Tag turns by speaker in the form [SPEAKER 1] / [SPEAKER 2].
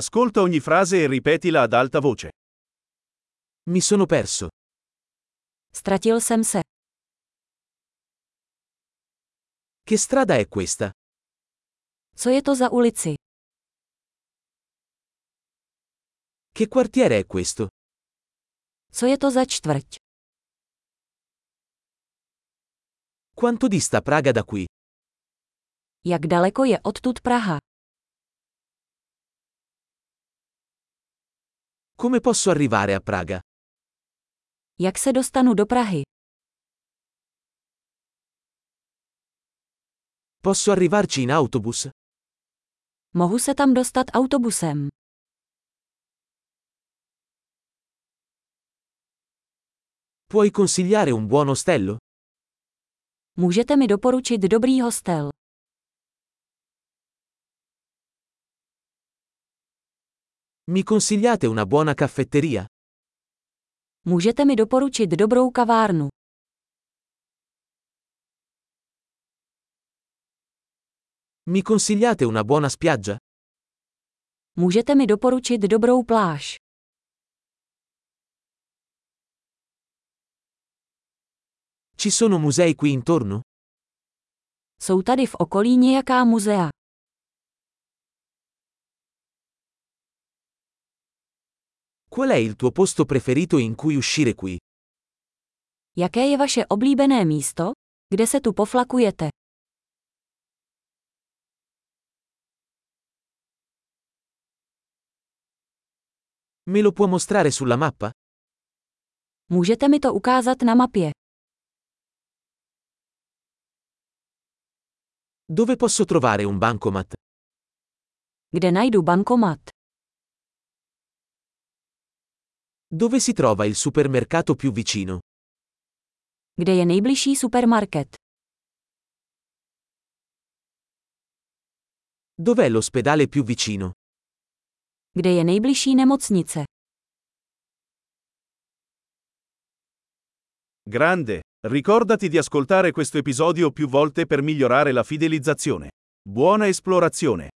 [SPEAKER 1] Ascolta ogni frase e ripetila ad alta voce. Mi sono perso.
[SPEAKER 2] Ztratil jsem se.
[SPEAKER 1] Che strada è questa?
[SPEAKER 2] Co je to za ulici?
[SPEAKER 1] Che quartiere è questo?
[SPEAKER 2] Co je to za čtvrť?
[SPEAKER 1] Quanto dista Praga da qui?
[SPEAKER 2] Jak daleko je odtud Praha?
[SPEAKER 1] Come posso arrivare a Praga?
[SPEAKER 2] Jak se dostanu do Prahy?
[SPEAKER 1] Posso arrivarci in autobus?
[SPEAKER 2] Mohu se tam dostat autobusem.
[SPEAKER 1] Puoi consigliare un buon ostello?
[SPEAKER 2] Můžete mi doporučit dobrý hostel.
[SPEAKER 1] Mi consigliate una buona caffetteria?
[SPEAKER 2] Můžete mi doporučit dobrou kavárnu.
[SPEAKER 1] Mi consigliate una buona spiaggia?
[SPEAKER 2] Můžete mi doporučit dobrou pláž.
[SPEAKER 1] Ci sono musei qui intorno?
[SPEAKER 2] Jsou tady v okolí nějaká muzea.
[SPEAKER 1] Qual è il tuo posto preferito in cui uscire qui?
[SPEAKER 2] Jaké je vaše oblíbené místo, kde se tu poflakujete?
[SPEAKER 1] Me lo può mostrare sulla mappa?
[SPEAKER 2] Můžete mi to ukázat na mapě.
[SPEAKER 1] Dove posso trovare un bancomat?
[SPEAKER 2] Kde najdu bankomat?
[SPEAKER 1] Dove si trova il supermercato più vicino?
[SPEAKER 2] Kde je nejbližší supermarket?
[SPEAKER 1] Dov'è l'ospedale più vicino?
[SPEAKER 2] Kde je nejbližší nemocnice?
[SPEAKER 1] Grande, ricordati di ascoltare questo episodio più volte per migliorare la fidelizzazione. Buona esplorazione!